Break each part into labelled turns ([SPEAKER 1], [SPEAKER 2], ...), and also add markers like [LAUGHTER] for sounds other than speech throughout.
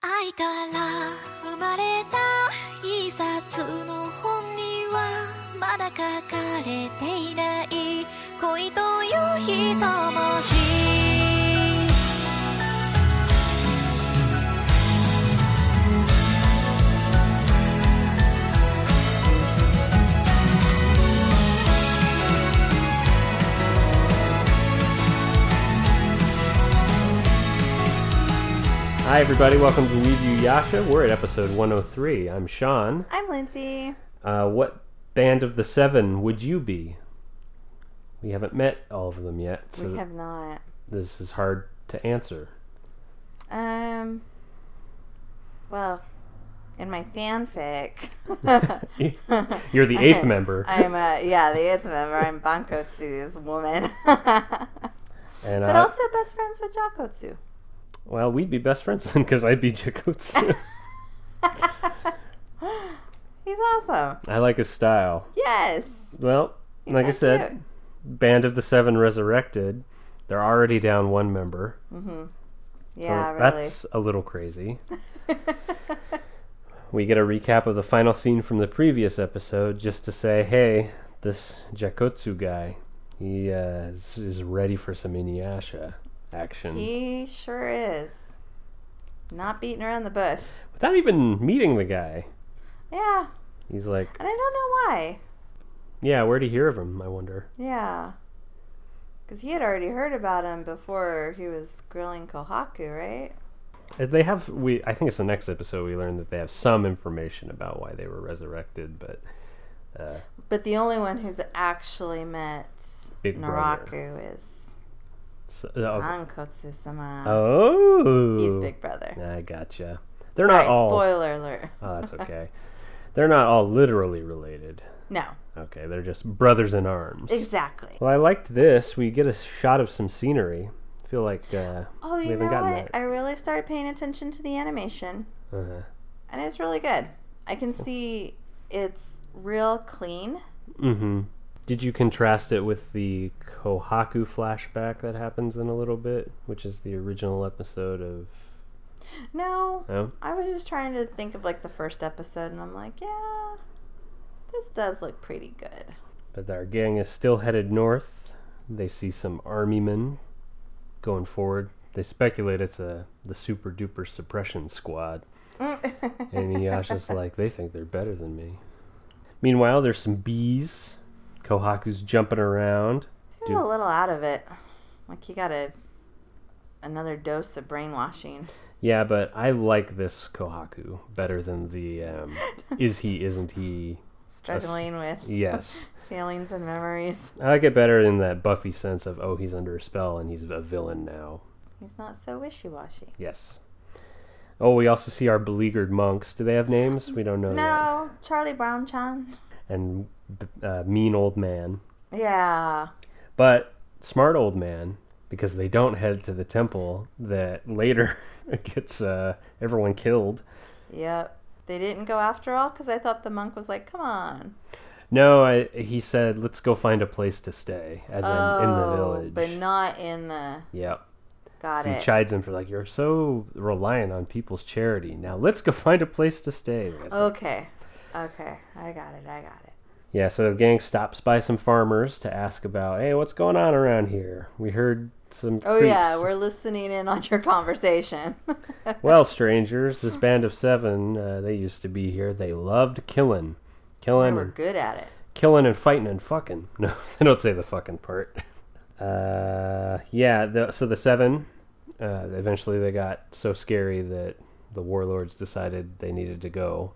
[SPEAKER 1] 愛から生まれた一冊の本にはまだ書かれていない恋という人文字
[SPEAKER 2] Hi, everybody. Welcome to Review Yasha. We're at episode 103. I'm Sean.
[SPEAKER 3] I'm Lindsay.
[SPEAKER 2] Uh, what band of the seven would you be? We haven't met all of them yet, so
[SPEAKER 3] we have not.
[SPEAKER 2] this is hard to
[SPEAKER 3] [LAUGHS]
[SPEAKER 2] answer. [LAUGHS]
[SPEAKER 3] Um. Well, in my fanfic, [LAUGHS]
[SPEAKER 2] You're the eighth member,
[SPEAKER 3] I'm uh yeah the eighth member. I'm Bankotsu's woman, [LAUGHS] but
[SPEAKER 2] and uh,
[SPEAKER 3] also best friends with Jakotsu.
[SPEAKER 2] well, we'd be best friends then because I'd be
[SPEAKER 3] [LAUGHS]
[SPEAKER 2] Jakutsu.
[SPEAKER 3] He's awesome.
[SPEAKER 2] I like his style.
[SPEAKER 3] Yes.
[SPEAKER 2] Well, like I
[SPEAKER 3] He's
[SPEAKER 2] said,
[SPEAKER 3] cute.
[SPEAKER 2] Band of the Seven resurrected. They're already down one member, so
[SPEAKER 3] Yeah, really.
[SPEAKER 2] that's a little
[SPEAKER 3] [LAUGHS]
[SPEAKER 2] crazy. we get a recap of the final scene from the previous episode just to say, hey, this Jakotsu guy, he uh, is, is ready for some Inuyasha action.
[SPEAKER 3] He sure is. Not beating around the bush.
[SPEAKER 2] Without even meeting the guy,
[SPEAKER 3] Yeah,
[SPEAKER 2] he's like,
[SPEAKER 3] and I don't know why.
[SPEAKER 2] yeah, where'd he hear of him, I wonder?
[SPEAKER 3] Yeah. Because he had already heard about him before he was grilling Kohaku, right?
[SPEAKER 2] Uh, They have, we. I think it's the next episode we learn that they have some information about why they were resurrected, but
[SPEAKER 3] But the only one who's actually met
[SPEAKER 2] Big
[SPEAKER 3] Naraku
[SPEAKER 2] Brother.
[SPEAKER 3] is
[SPEAKER 2] So, oh,
[SPEAKER 3] Ankotsu sama.
[SPEAKER 2] oh.
[SPEAKER 3] Ah. He's Big Brother.
[SPEAKER 2] I gotcha. They're
[SPEAKER 3] Sorry,
[SPEAKER 2] not all.
[SPEAKER 3] spoiler alert.
[SPEAKER 2] Oh, that's okay. They're not all literally related.
[SPEAKER 3] No,
[SPEAKER 2] Okay, they're just brothers in arms.
[SPEAKER 3] exactly.
[SPEAKER 2] Well, I liked this. We get a shot of some scenery. I feel like uh,
[SPEAKER 3] Oh,
[SPEAKER 2] we
[SPEAKER 3] you know
[SPEAKER 2] haven't
[SPEAKER 3] what?
[SPEAKER 2] gotten that.
[SPEAKER 3] I really started paying attention to the animation,
[SPEAKER 2] Uh-huh.
[SPEAKER 3] and it's really good. I can see it's real clean.
[SPEAKER 2] Mm-hmm. Did you contrast it with the Kohaku flashback that happens in a little bit, which is the original episode of?
[SPEAKER 3] No,
[SPEAKER 2] Oh,
[SPEAKER 3] I was just trying to think of like the first episode, and I'm like, yeah, this does look pretty good.
[SPEAKER 2] but our gang is still headed north. They see some army men going forward. They speculate it's a the super duper suppression squad. And Inuyasha's like, they think they're better than me. Meanwhile, there's some bees. Kohaku's jumping around.
[SPEAKER 3] He was
[SPEAKER 2] Dude.
[SPEAKER 3] a little out of it. Like he got a another dose of brainwashing.
[SPEAKER 2] Yeah, but I like this Kohaku better than the um, is he, isn't he?
[SPEAKER 3] Struggling with
[SPEAKER 2] Yes.
[SPEAKER 3] feelings and memories.
[SPEAKER 2] I like it better in that Buffy sense of, oh, he's under a spell and he's a villain now.
[SPEAKER 3] He's not so wishy washy.
[SPEAKER 2] Yes. Oh, we also see our beleaguered monks. Do they have names? We don't know yet.
[SPEAKER 3] No, Charlie Brown Chan.
[SPEAKER 2] And b- uh, mean old man.
[SPEAKER 3] Yeah.
[SPEAKER 2] But smart old man, because they don't head to the temple that later [LAUGHS] gets uh, everyone killed.
[SPEAKER 3] Yep. They didn't go after all because I thought the monk was like, come on.
[SPEAKER 2] No, I, he said, let's go find a place to stay, as in, in the
[SPEAKER 3] Oh,
[SPEAKER 2] village.
[SPEAKER 3] but not in the.
[SPEAKER 2] Yep.
[SPEAKER 3] Got
[SPEAKER 2] He
[SPEAKER 3] it.
[SPEAKER 2] chides him for like, you're so reliant on people's charity. Now let's go [LAUGHS] find a place to stay. The guy's like,
[SPEAKER 3] okay. Okay. I got it. I got it.
[SPEAKER 2] Yeah, so the gang stops by some farmers to ask about, hey, what's going on around here? We heard some.
[SPEAKER 3] Oh, yeah.
[SPEAKER 2] creeps."
[SPEAKER 3] We're listening in on your conversation. [LAUGHS]
[SPEAKER 2] Well, strangers, this band of seven, uh, they used to be here. They loved killing,
[SPEAKER 3] they
[SPEAKER 2] killing,
[SPEAKER 3] were
[SPEAKER 2] and,
[SPEAKER 3] good at it.
[SPEAKER 2] killing and fighting and fucking. [LAUGHS] No, they don't say the fucking part. Uh, yeah. The, so the seven, uh, eventually they got so scary that the warlords decided they needed to go.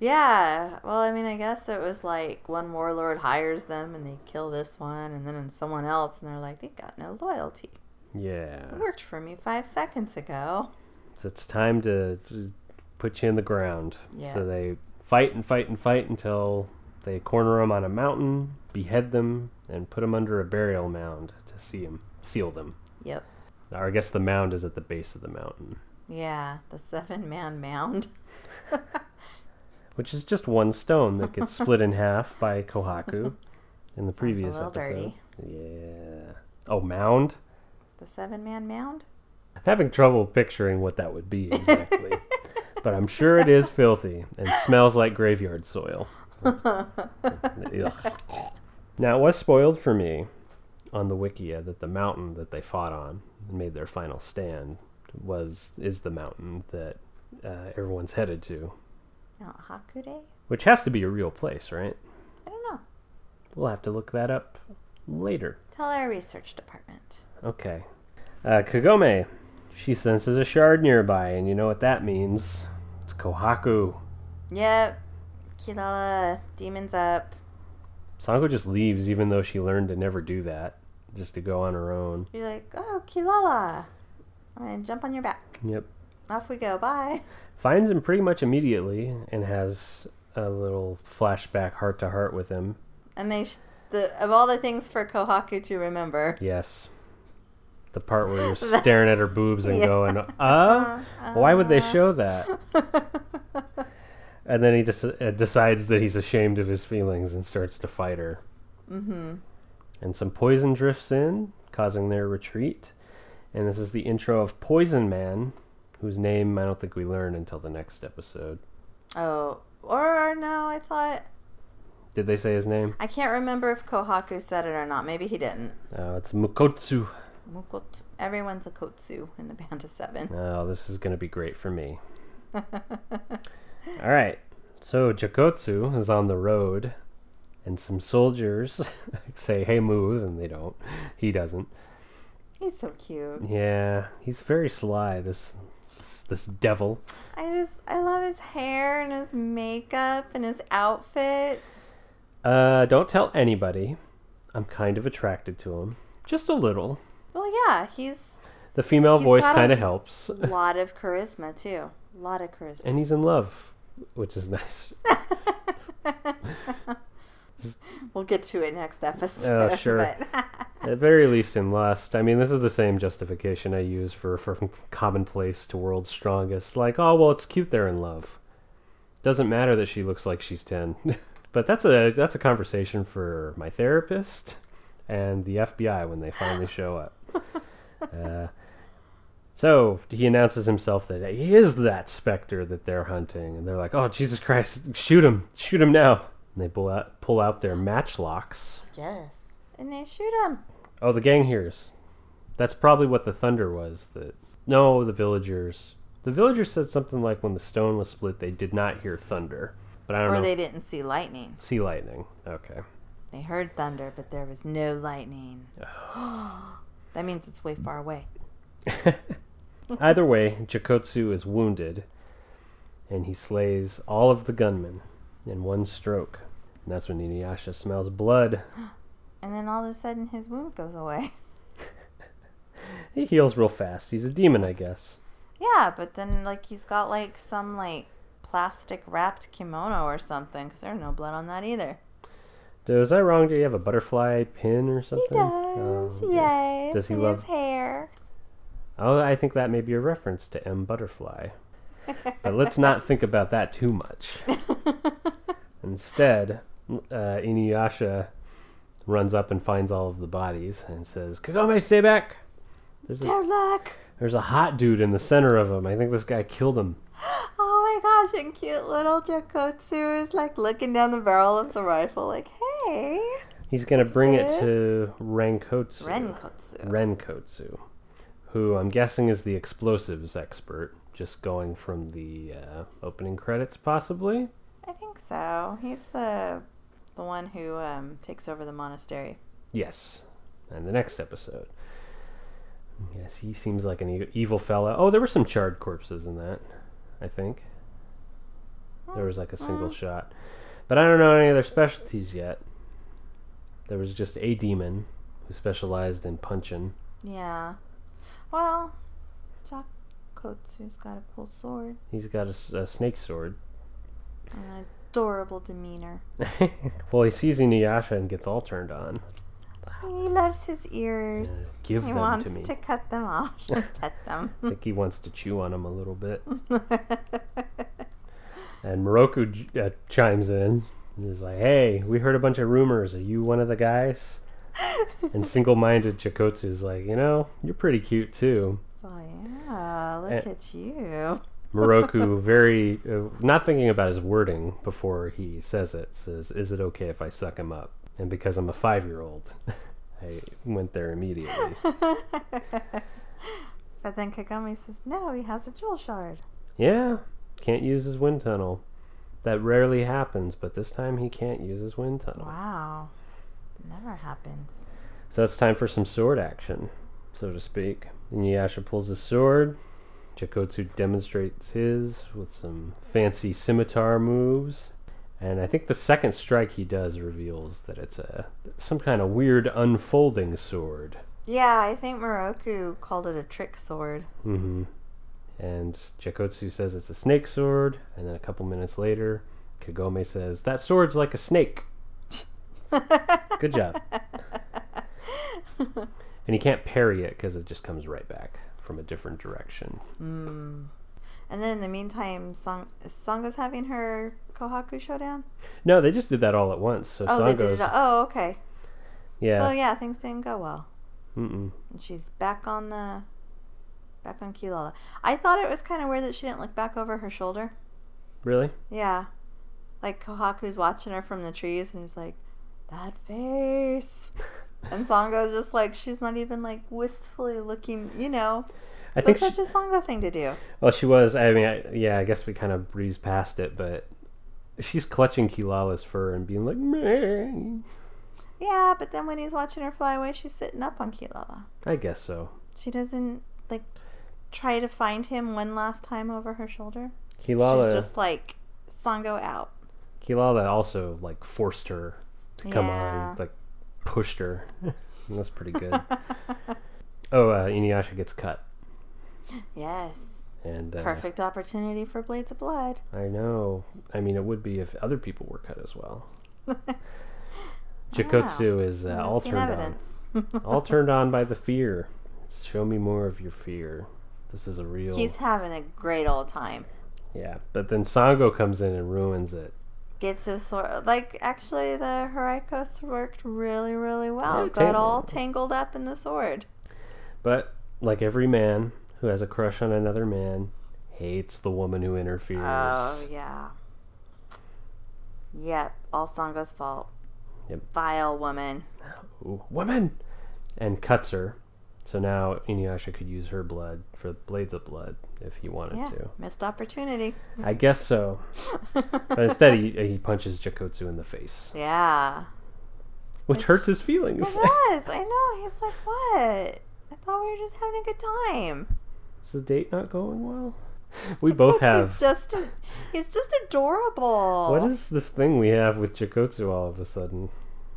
[SPEAKER 3] Yeah. Well, I mean, I guess it was like one warlord hires them and they kill this one and then someone else and they're like, they got no loyalty.
[SPEAKER 2] Yeah,
[SPEAKER 3] It worked for me five seconds ago.
[SPEAKER 2] so it's time to, to put you in the ground.
[SPEAKER 3] Yeah.
[SPEAKER 2] So they fight and fight and fight until they corner them on a mountain, behead them, and put them under a burial mound to see 'em- seal them.
[SPEAKER 3] Yep.
[SPEAKER 2] Or I guess the mound is at the base of the mountain,
[SPEAKER 3] Yeah. The seven man mound. [LAUGHS]
[SPEAKER 2] which is just one stone that
[SPEAKER 3] [LAUGHS]
[SPEAKER 2] gets split in half by Kohaku in the previous
[SPEAKER 3] little
[SPEAKER 2] episode.
[SPEAKER 3] dirty.
[SPEAKER 2] Yeah. Oh, mound?
[SPEAKER 3] The seven man mound?
[SPEAKER 2] I'm having trouble picturing what that would be exactly. but I'm sure it is filthy and smells like graveyard soil. Ugh. Now, it was spoiled for me on the Wikia that the mountain that they fought on and made their final stand was is the mountain that uh, everyone's headed to,
[SPEAKER 3] Mount Hakure?
[SPEAKER 2] which has to be a real place, right?
[SPEAKER 3] I don't know.
[SPEAKER 2] We'll have to look that up later.
[SPEAKER 3] Tell our research department.
[SPEAKER 2] Okay. Uh, Kagome, she senses a shard nearby, and you know what that means. It's Kohaku.
[SPEAKER 3] Yep. Kilala, demons up.
[SPEAKER 2] Sango just leaves, even though she learned to never do that, just to go on her own.
[SPEAKER 3] You're like, oh, Kilala. I'm going to jump on your back.
[SPEAKER 2] Yep.
[SPEAKER 3] Off we go. Bye.
[SPEAKER 2] Finds him pretty much immediately and has a little flashback heart to heart with him.
[SPEAKER 3] And they, sh- the of all the things for Kohaku to remember,
[SPEAKER 2] Yes. The part where you're staring at her boobs and going, uh, why would they show that? and then he just uh, decides that he's ashamed of his feelings and starts to fight her. Mm-hmm. And some poison drifts in, causing their retreat. And this is the intro of Poison Man, whose name I don't think we learn until the next episode.
[SPEAKER 3] oh, or no, I thought
[SPEAKER 2] Did they say his name?
[SPEAKER 3] I can't remember if Kohaku said it or not. Maybe he didn't.
[SPEAKER 2] Uh, it's Mukotsu.
[SPEAKER 3] Mukot- Everyone's a kotsu in the band of seven. [LAUGHS]
[SPEAKER 2] Oh, this is going to be great for me. [LAUGHS] All right. So Jakotsu is on the road, and some soldiers [LAUGHS] say, hey, move, and they don't. He doesn't.
[SPEAKER 3] He's so cute.
[SPEAKER 2] Yeah, he's very sly, this this, this devil.
[SPEAKER 3] I just I love his hair and his makeup and his outfit.
[SPEAKER 2] Uh, don't tell anybody. I'm kind of attracted to him. Just a little.
[SPEAKER 3] Well, yeah, he's
[SPEAKER 2] The female
[SPEAKER 3] He's
[SPEAKER 2] voice
[SPEAKER 3] got a-
[SPEAKER 2] kind of helps.
[SPEAKER 3] a lot of charisma too. A lot of charisma.
[SPEAKER 2] And he's in love, which is [LAUGHS] nice.
[SPEAKER 3] We'll get to it next episode.
[SPEAKER 2] Oh, sure.
[SPEAKER 3] [LAUGHS] but-
[SPEAKER 2] At very least in lust. I mean, this is the same justification I use for, for from commonplace to world's strongest. Like, oh, well, it's cute they're in love. Doesn't matter that she looks like she's 10. [LAUGHS] but that's a that's a conversation for my therapist and the FBI when they finally show up. uh, so he announces himself that he is that specter that they're hunting, and they're like, "Oh Jesus Christ, shoot him! Shoot him now!" And they pull out pull out their matchlocks.
[SPEAKER 3] yes. And they shoot him.
[SPEAKER 2] Oh, the gang hears. That's probably what the thunder was. That no, the villagers. The villagers said something like when the stone was split, they did not hear thunder, but I don't
[SPEAKER 3] Or
[SPEAKER 2] know.
[SPEAKER 3] they didn't see lightning.
[SPEAKER 2] See lightning. Okay.
[SPEAKER 3] They heard thunder, but there was no lightning. [GASPS] that means it's way far away.
[SPEAKER 2] Either way, Jakotsu is wounded, and he slays all of the gunmen in one stroke. And that's when Inuyasha smells blood.
[SPEAKER 3] And then all of a sudden his wound goes away. [LAUGHS]
[SPEAKER 2] He heals real fast. He's a demon, I guess.
[SPEAKER 3] yeah, but then like he's got like some like plastic wrapped kimono or something because there's no blood on that either.
[SPEAKER 2] Was I wrong? Do you have a butterfly pin or something?
[SPEAKER 3] He does.
[SPEAKER 2] Oh, okay.
[SPEAKER 3] yes.
[SPEAKER 2] Does he
[SPEAKER 3] and
[SPEAKER 2] love-
[SPEAKER 3] his hair?
[SPEAKER 2] Oh, I think that may be a reference to M. Butterfly. But let's not think about that too much. Instead, uh, Inuyasha runs up and finds all of the bodies and says, Kagome, stay back! There's a,
[SPEAKER 3] Good luck.
[SPEAKER 2] there's a hot dude in the center of him. I think this guy killed him.
[SPEAKER 3] Oh my gosh, and cute little Jakotsu is like looking down the barrel of the rifle, like, hey,
[SPEAKER 2] He's going to bring it
[SPEAKER 3] Yes.
[SPEAKER 2] to Renkotsu.
[SPEAKER 3] Renkotsu.
[SPEAKER 2] Renkotsu, who I'm guessing is the explosives expert, just going from the uh, opening credits, possibly.
[SPEAKER 3] I think so. He's the the one who um, takes over the monastery.
[SPEAKER 2] Yes. And the next episode. Yes, he seems like an e- evil fella. Oh, there were some charred corpses in that, I think. There was like a single shot. But I don't know any other specialties yet. There was just a demon who specialized in punching.
[SPEAKER 3] Yeah. Well, Jakotsu's got a cool sword
[SPEAKER 2] He's got a, s- a snake sword. [LAUGHS]
[SPEAKER 3] and an adorable demeanor.
[SPEAKER 2] well, he sees Inuyasha and gets all turned on.
[SPEAKER 3] He loves his ears.
[SPEAKER 2] Give
[SPEAKER 3] He
[SPEAKER 2] them to
[SPEAKER 3] wants
[SPEAKER 2] me.
[SPEAKER 3] to cut them off
[SPEAKER 2] [LAUGHS]
[SPEAKER 3] and pet them. [LAUGHS]
[SPEAKER 2] I think he wants to chew on him a little bit. And Moroku j- uh, chimes in and is like, "Hey, we heard a bunch of rumors. Are you one of the guys?" and single-minded Chikotsu's like, "You know, you're pretty cute too."
[SPEAKER 3] oh yeah, look
[SPEAKER 2] Eh.
[SPEAKER 3] at you. [LAUGHS]
[SPEAKER 2] Moroku, very uh, not thinking about his wording before he says it, says, "Is it okay if I suck him up?" And because I'm a five year old, [LAUGHS] I went there immediately.
[SPEAKER 3] But then Kagami says, no, he has a jewel shard.
[SPEAKER 2] yeah, can't use his wind tunnel. That rarely happens, but this time he can't use his wind tunnel.
[SPEAKER 3] Wow. Never happens.
[SPEAKER 2] So it's time for some sword action, so to speak. Inuyasha pulls his sword. Jakotsu demonstrates his with some fancy scimitar moves. And I think the second strike he does reveals that it's a some kind of weird unfolding sword.
[SPEAKER 3] Yeah, I think Moroku called it a trick sword.
[SPEAKER 2] hmm And Jakotsu says it's a snake sword, and then a couple minutes later, Kagome says, That sword's like a snake.
[SPEAKER 3] [LAUGHS]
[SPEAKER 2] [LAUGHS] Good job. and he can't parry it because it just comes right back from a different direction.
[SPEAKER 3] Mm. And then in the meantime, Song- Sango's having her Kohaku showdown.
[SPEAKER 2] No, they just did that all at once. So
[SPEAKER 3] Oh, they did
[SPEAKER 2] Sango's,
[SPEAKER 3] it. Oh, okay.
[SPEAKER 2] yeah,
[SPEAKER 3] Oh, yeah, things didn't go well.
[SPEAKER 2] Mm-mm.
[SPEAKER 3] And she's back on the. Back on Kilala. I thought it was kind of weird that she didn't look back over her shoulder.
[SPEAKER 2] really?
[SPEAKER 3] Yeah. Like Kohaku's watching her from the trees and he's like, That
[SPEAKER 2] [LAUGHS]
[SPEAKER 3] face And Sango's just like she's not even like wistfully looking you know.
[SPEAKER 2] I think.
[SPEAKER 3] That's
[SPEAKER 2] She,
[SPEAKER 3] such a Sango thing to do.
[SPEAKER 2] well, she was. I mean, I, yeah, I guess we kind of breezed past it, but she's clutching Kilala's fur and being like, Meh.
[SPEAKER 3] Yeah, but then when he's watching her fly away she's sitting up on Kilala.
[SPEAKER 2] I guess so.
[SPEAKER 3] She doesn't like try to find him one last time over her shoulder.
[SPEAKER 2] Kilala,
[SPEAKER 3] She's just like Sango out.
[SPEAKER 2] Kilala also like forced her to come
[SPEAKER 3] Yeah.
[SPEAKER 2] on, like pushed her. [LAUGHS] That's pretty good. [LAUGHS] oh, uh, Inuyasha gets cut,
[SPEAKER 3] Yes.
[SPEAKER 2] and uh,
[SPEAKER 3] Perfect opportunity for Blades of Blood.
[SPEAKER 2] I know. I mean, it would be if other people were cut as
[SPEAKER 3] [LAUGHS]
[SPEAKER 2] well. Jakotsu is uh, all
[SPEAKER 3] Missing
[SPEAKER 2] turned [LAUGHS] on,
[SPEAKER 3] [LAUGHS]
[SPEAKER 2] all turned on by the fear. Show me more of your fear. This is a real,
[SPEAKER 3] He's having a great old time.
[SPEAKER 2] yeah. But then Sango comes in and ruins it.
[SPEAKER 3] gets his sword. Like actually, the Haraikos worked really, really well.
[SPEAKER 2] Yeah,
[SPEAKER 3] Got
[SPEAKER 2] tangled.
[SPEAKER 3] all tangled up in the sword.
[SPEAKER 2] But like every man who has a crush on another man, hates the woman who interferes.
[SPEAKER 3] Oh yeah. Yep, all Sango's fault.
[SPEAKER 2] Yep.
[SPEAKER 3] Vile woman.
[SPEAKER 2] Ooh, woman, and cuts her. So now Inuyasha could use her blood for blades of blood if he wanted
[SPEAKER 3] Yeah,
[SPEAKER 2] to.
[SPEAKER 3] missed
[SPEAKER 2] [LAUGHS]
[SPEAKER 3] opportunity. [LAUGHS]
[SPEAKER 2] I guess so. But instead, he, he punches Jakotsu in the face,
[SPEAKER 3] Yeah.
[SPEAKER 2] which hurts his feelings.
[SPEAKER 3] Yes, I know. He's like, what? I thought we were just having a good time.
[SPEAKER 2] [LAUGHS] Is the date not going well? [LAUGHS] We both
[SPEAKER 3] He's
[SPEAKER 2] have.
[SPEAKER 3] just, he's just adorable.
[SPEAKER 2] What is this thing we have with Jakotsu all of a sudden?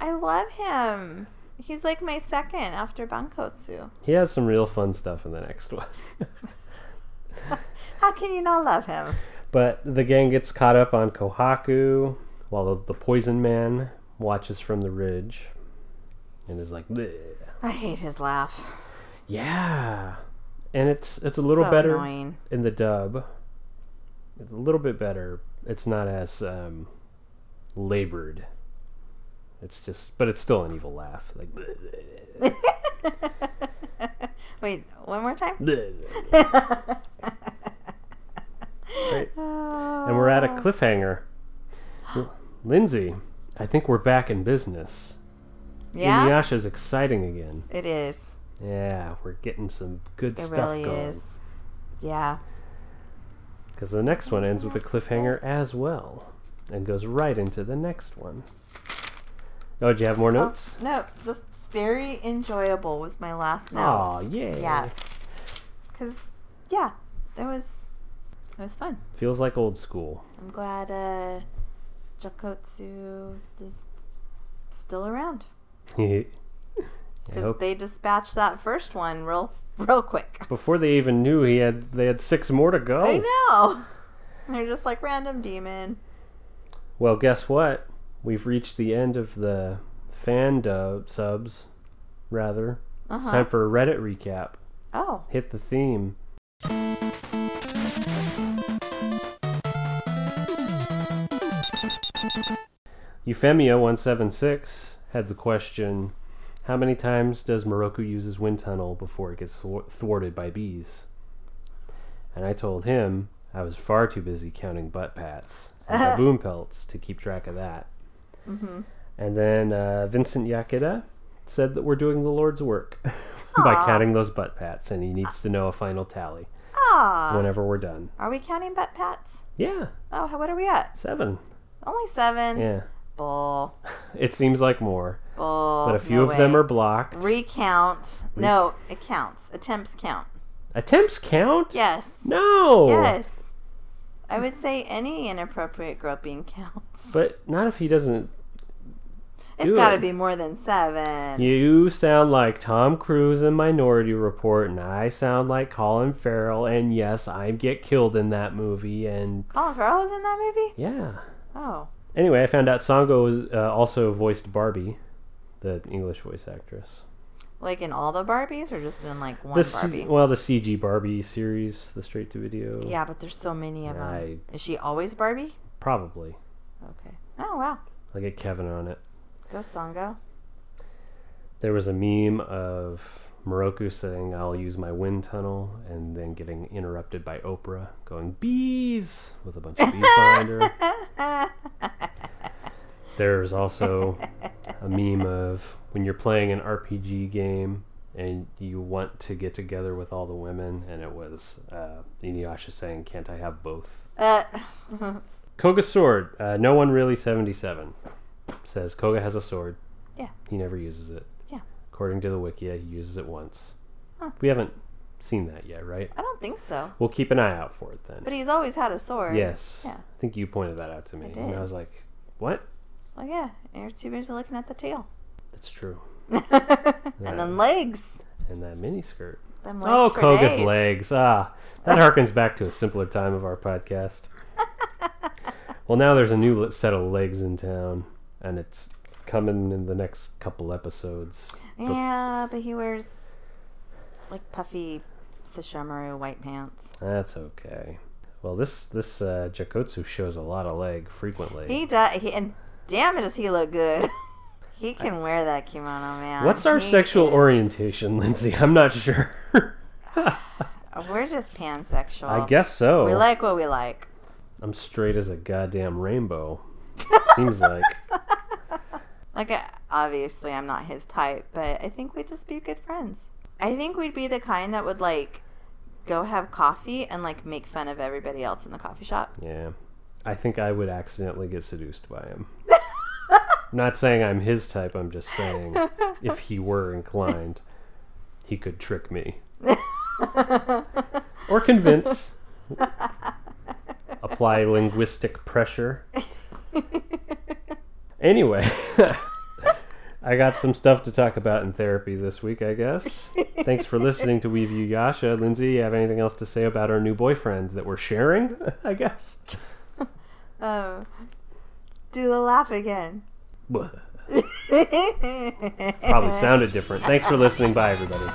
[SPEAKER 3] I love him. He's like my second after Bankotsu.
[SPEAKER 2] He has some real fun stuff in the next [LAUGHS] one.
[SPEAKER 3] How can you not love him?
[SPEAKER 2] but the gang gets caught up on Kohaku while the poison man watches from the ridge and is like, "Bleh."
[SPEAKER 3] I hate his laugh.
[SPEAKER 2] Yeah, and it's it's a little
[SPEAKER 3] so
[SPEAKER 2] better
[SPEAKER 3] Annoying.
[SPEAKER 2] in the dub. It's a little bit better. It's not as um, labored. It's just, but it's still an evil laugh. Like,
[SPEAKER 3] Wait, one more time.
[SPEAKER 2] Right. And we're at a cliffhanger. Lindsay, I think we're back in business.
[SPEAKER 3] Yeah,
[SPEAKER 2] Inuyasha's exciting again.
[SPEAKER 3] it is.
[SPEAKER 2] Yeah, we're getting some good
[SPEAKER 3] It
[SPEAKER 2] stuff
[SPEAKER 3] really
[SPEAKER 2] going.
[SPEAKER 3] is. Yeah,
[SPEAKER 2] Because the next one ends with a cliffhanger as well, and goes right into the next one. Oh, do you have more notes?
[SPEAKER 3] no, just very enjoyable was my last
[SPEAKER 2] Aw,
[SPEAKER 3] note.
[SPEAKER 2] yay.
[SPEAKER 3] Yeah, because yeah, it was it was fun.
[SPEAKER 2] Feels like old school. [LAUGHS]
[SPEAKER 3] I'm glad uh, Jakotsu is still around
[SPEAKER 2] I
[SPEAKER 3] because
[SPEAKER 2] hope-
[SPEAKER 3] they dispatched that first one real real quick.
[SPEAKER 2] [LAUGHS] Before they even knew he had, they had six more to go.
[SPEAKER 3] I know. [LAUGHS] They're just like random demon.
[SPEAKER 2] Well, guess what? We've reached the end of the fan dub subs, rather. It's
[SPEAKER 3] Uh-huh.
[SPEAKER 2] time for a Reddit recap.
[SPEAKER 3] Oh,
[SPEAKER 2] Hit the theme. Euphemia176 had the question How many times does Moroku use his wind tunnel before it gets thwar- thwarted by bees? And I told him I was far too busy counting butt pats and baboon pelts to keep track of that. And then uh, Vincent Yakeda said that we're doing the Lord's work [LAUGHS] by counting those butt pats, and he needs to know a final tally
[SPEAKER 3] Ah,
[SPEAKER 2] whenever we're done.
[SPEAKER 3] are we counting butt pats?
[SPEAKER 2] Yeah,
[SPEAKER 3] Oh, how- what are we at?
[SPEAKER 2] seven.
[SPEAKER 3] Only seven.
[SPEAKER 2] Yeah,
[SPEAKER 3] Bull,
[SPEAKER 2] it seems like more,
[SPEAKER 3] bull.
[SPEAKER 2] but a few
[SPEAKER 3] Oh, no
[SPEAKER 2] of them
[SPEAKER 3] way.
[SPEAKER 2] are blocked.
[SPEAKER 3] recount. No, it counts. Attempts count.
[SPEAKER 2] Attempts count?
[SPEAKER 3] Yes.
[SPEAKER 2] No.
[SPEAKER 3] Yes. I would say any inappropriate groping counts.
[SPEAKER 2] But not if he doesn't.
[SPEAKER 3] It's
[SPEAKER 2] do
[SPEAKER 3] got to
[SPEAKER 2] it.
[SPEAKER 3] be more than seven.
[SPEAKER 2] You sound like Tom Cruise in Minority Report, and I sound like Colin Farrell, and yes, I get killed in that movie, and
[SPEAKER 3] Colin Farrell was in that movie?
[SPEAKER 2] yeah.
[SPEAKER 3] Oh.
[SPEAKER 2] Anyway, I found out Sango was, uh, also voiced Barbie, the English voice actress.
[SPEAKER 3] Like in all the Barbies or just in like one
[SPEAKER 2] The oh. C-
[SPEAKER 3] Barbie?
[SPEAKER 2] well, the CG Barbie series, the straight to video.
[SPEAKER 3] yeah, but there's so many of them.
[SPEAKER 2] I-
[SPEAKER 3] Is she always Barbie?
[SPEAKER 2] Probably.
[SPEAKER 3] Okay. Oh, wow.
[SPEAKER 2] I'll get Kevin on it.
[SPEAKER 3] Go, [LAUGHS] Songo.
[SPEAKER 2] There was a meme of Moroku saying, I'll use my wind tunnel, and then getting interrupted by Oprah going, bees, with a bunch of bees behind her.
[SPEAKER 3] [LAUGHS] Uh,
[SPEAKER 2] There's also a meme of when you're playing an RPG game and you want to get together with all the women, and it was uh, Inuyasha saying, Can't I have both?
[SPEAKER 3] Uh,
[SPEAKER 2] Koga's sword. Uh, no one really 77 says Koga has a sword.
[SPEAKER 3] Yeah.
[SPEAKER 2] He never uses it.
[SPEAKER 3] Yeah.
[SPEAKER 2] According to the Wikia, he uses it once.
[SPEAKER 3] Huh.
[SPEAKER 2] We haven't seen that yet, right?
[SPEAKER 3] I don't think so.
[SPEAKER 2] We'll keep an eye out for it then.
[SPEAKER 3] But he's always had a sword.
[SPEAKER 2] Yes.
[SPEAKER 3] Yeah.
[SPEAKER 2] I think you pointed that out to me. And
[SPEAKER 3] did.
[SPEAKER 2] I was like, what?
[SPEAKER 3] Well, yeah. You're too busy looking at the tail. [LAUGHS]
[SPEAKER 2] That's true.
[SPEAKER 3] and then legs.
[SPEAKER 2] And that miniskirt.
[SPEAKER 3] Them legs.
[SPEAKER 2] Oh,
[SPEAKER 3] for
[SPEAKER 2] Koga's
[SPEAKER 3] days.
[SPEAKER 2] legs. Ah, that harkens back to a simpler time of our
[SPEAKER 3] [LAUGHS]
[SPEAKER 2] podcast. well, now there's a new le- set of legs in town, and it's coming in the next couple episodes.
[SPEAKER 3] Yeah, but he wears like puffy Sashamaru white pants.
[SPEAKER 2] That's okay. Well, this this uh, Jakotsu shows a lot of leg frequently.
[SPEAKER 3] He does, he, and damn it, does he look good. [LAUGHS] he can wear that kimono, man.
[SPEAKER 2] What's our
[SPEAKER 3] He
[SPEAKER 2] sexual
[SPEAKER 3] is-
[SPEAKER 2] orientation, [LAUGHS] Lindsay? I'm not sure.
[SPEAKER 3] We're just pansexual.
[SPEAKER 2] I guess so.
[SPEAKER 3] we like what we like.
[SPEAKER 2] I'm straight as a goddamn rainbow. Seems like. [LAUGHS]
[SPEAKER 3] Like, I- obviously, I'm not his type, but I think we'd just be good friends. I think we'd be the kind that would like go have coffee and like make fun of everybody else in the coffee shop. [LAUGHS]
[SPEAKER 2] Yeah. I think I would accidentally get seduced by
[SPEAKER 3] [LAUGHS]
[SPEAKER 2] him. I'm not saying I'm his type, I'm just saying if he were inclined, he could trick me. or
[SPEAKER 3] [LAUGHS]
[SPEAKER 2] convince. Apply linguistic pressure. Anyway, [LAUGHS] I got some stuff to talk about in therapy this week, I guess. Thanks for listening to We View Yasha. Lindsay, you have anything else to say about our new boyfriend that we're sharing, [LAUGHS] I guess?
[SPEAKER 3] Oh, do the laugh again.
[SPEAKER 2] Probably sounded different. Thanks for listening. Bye, everybody.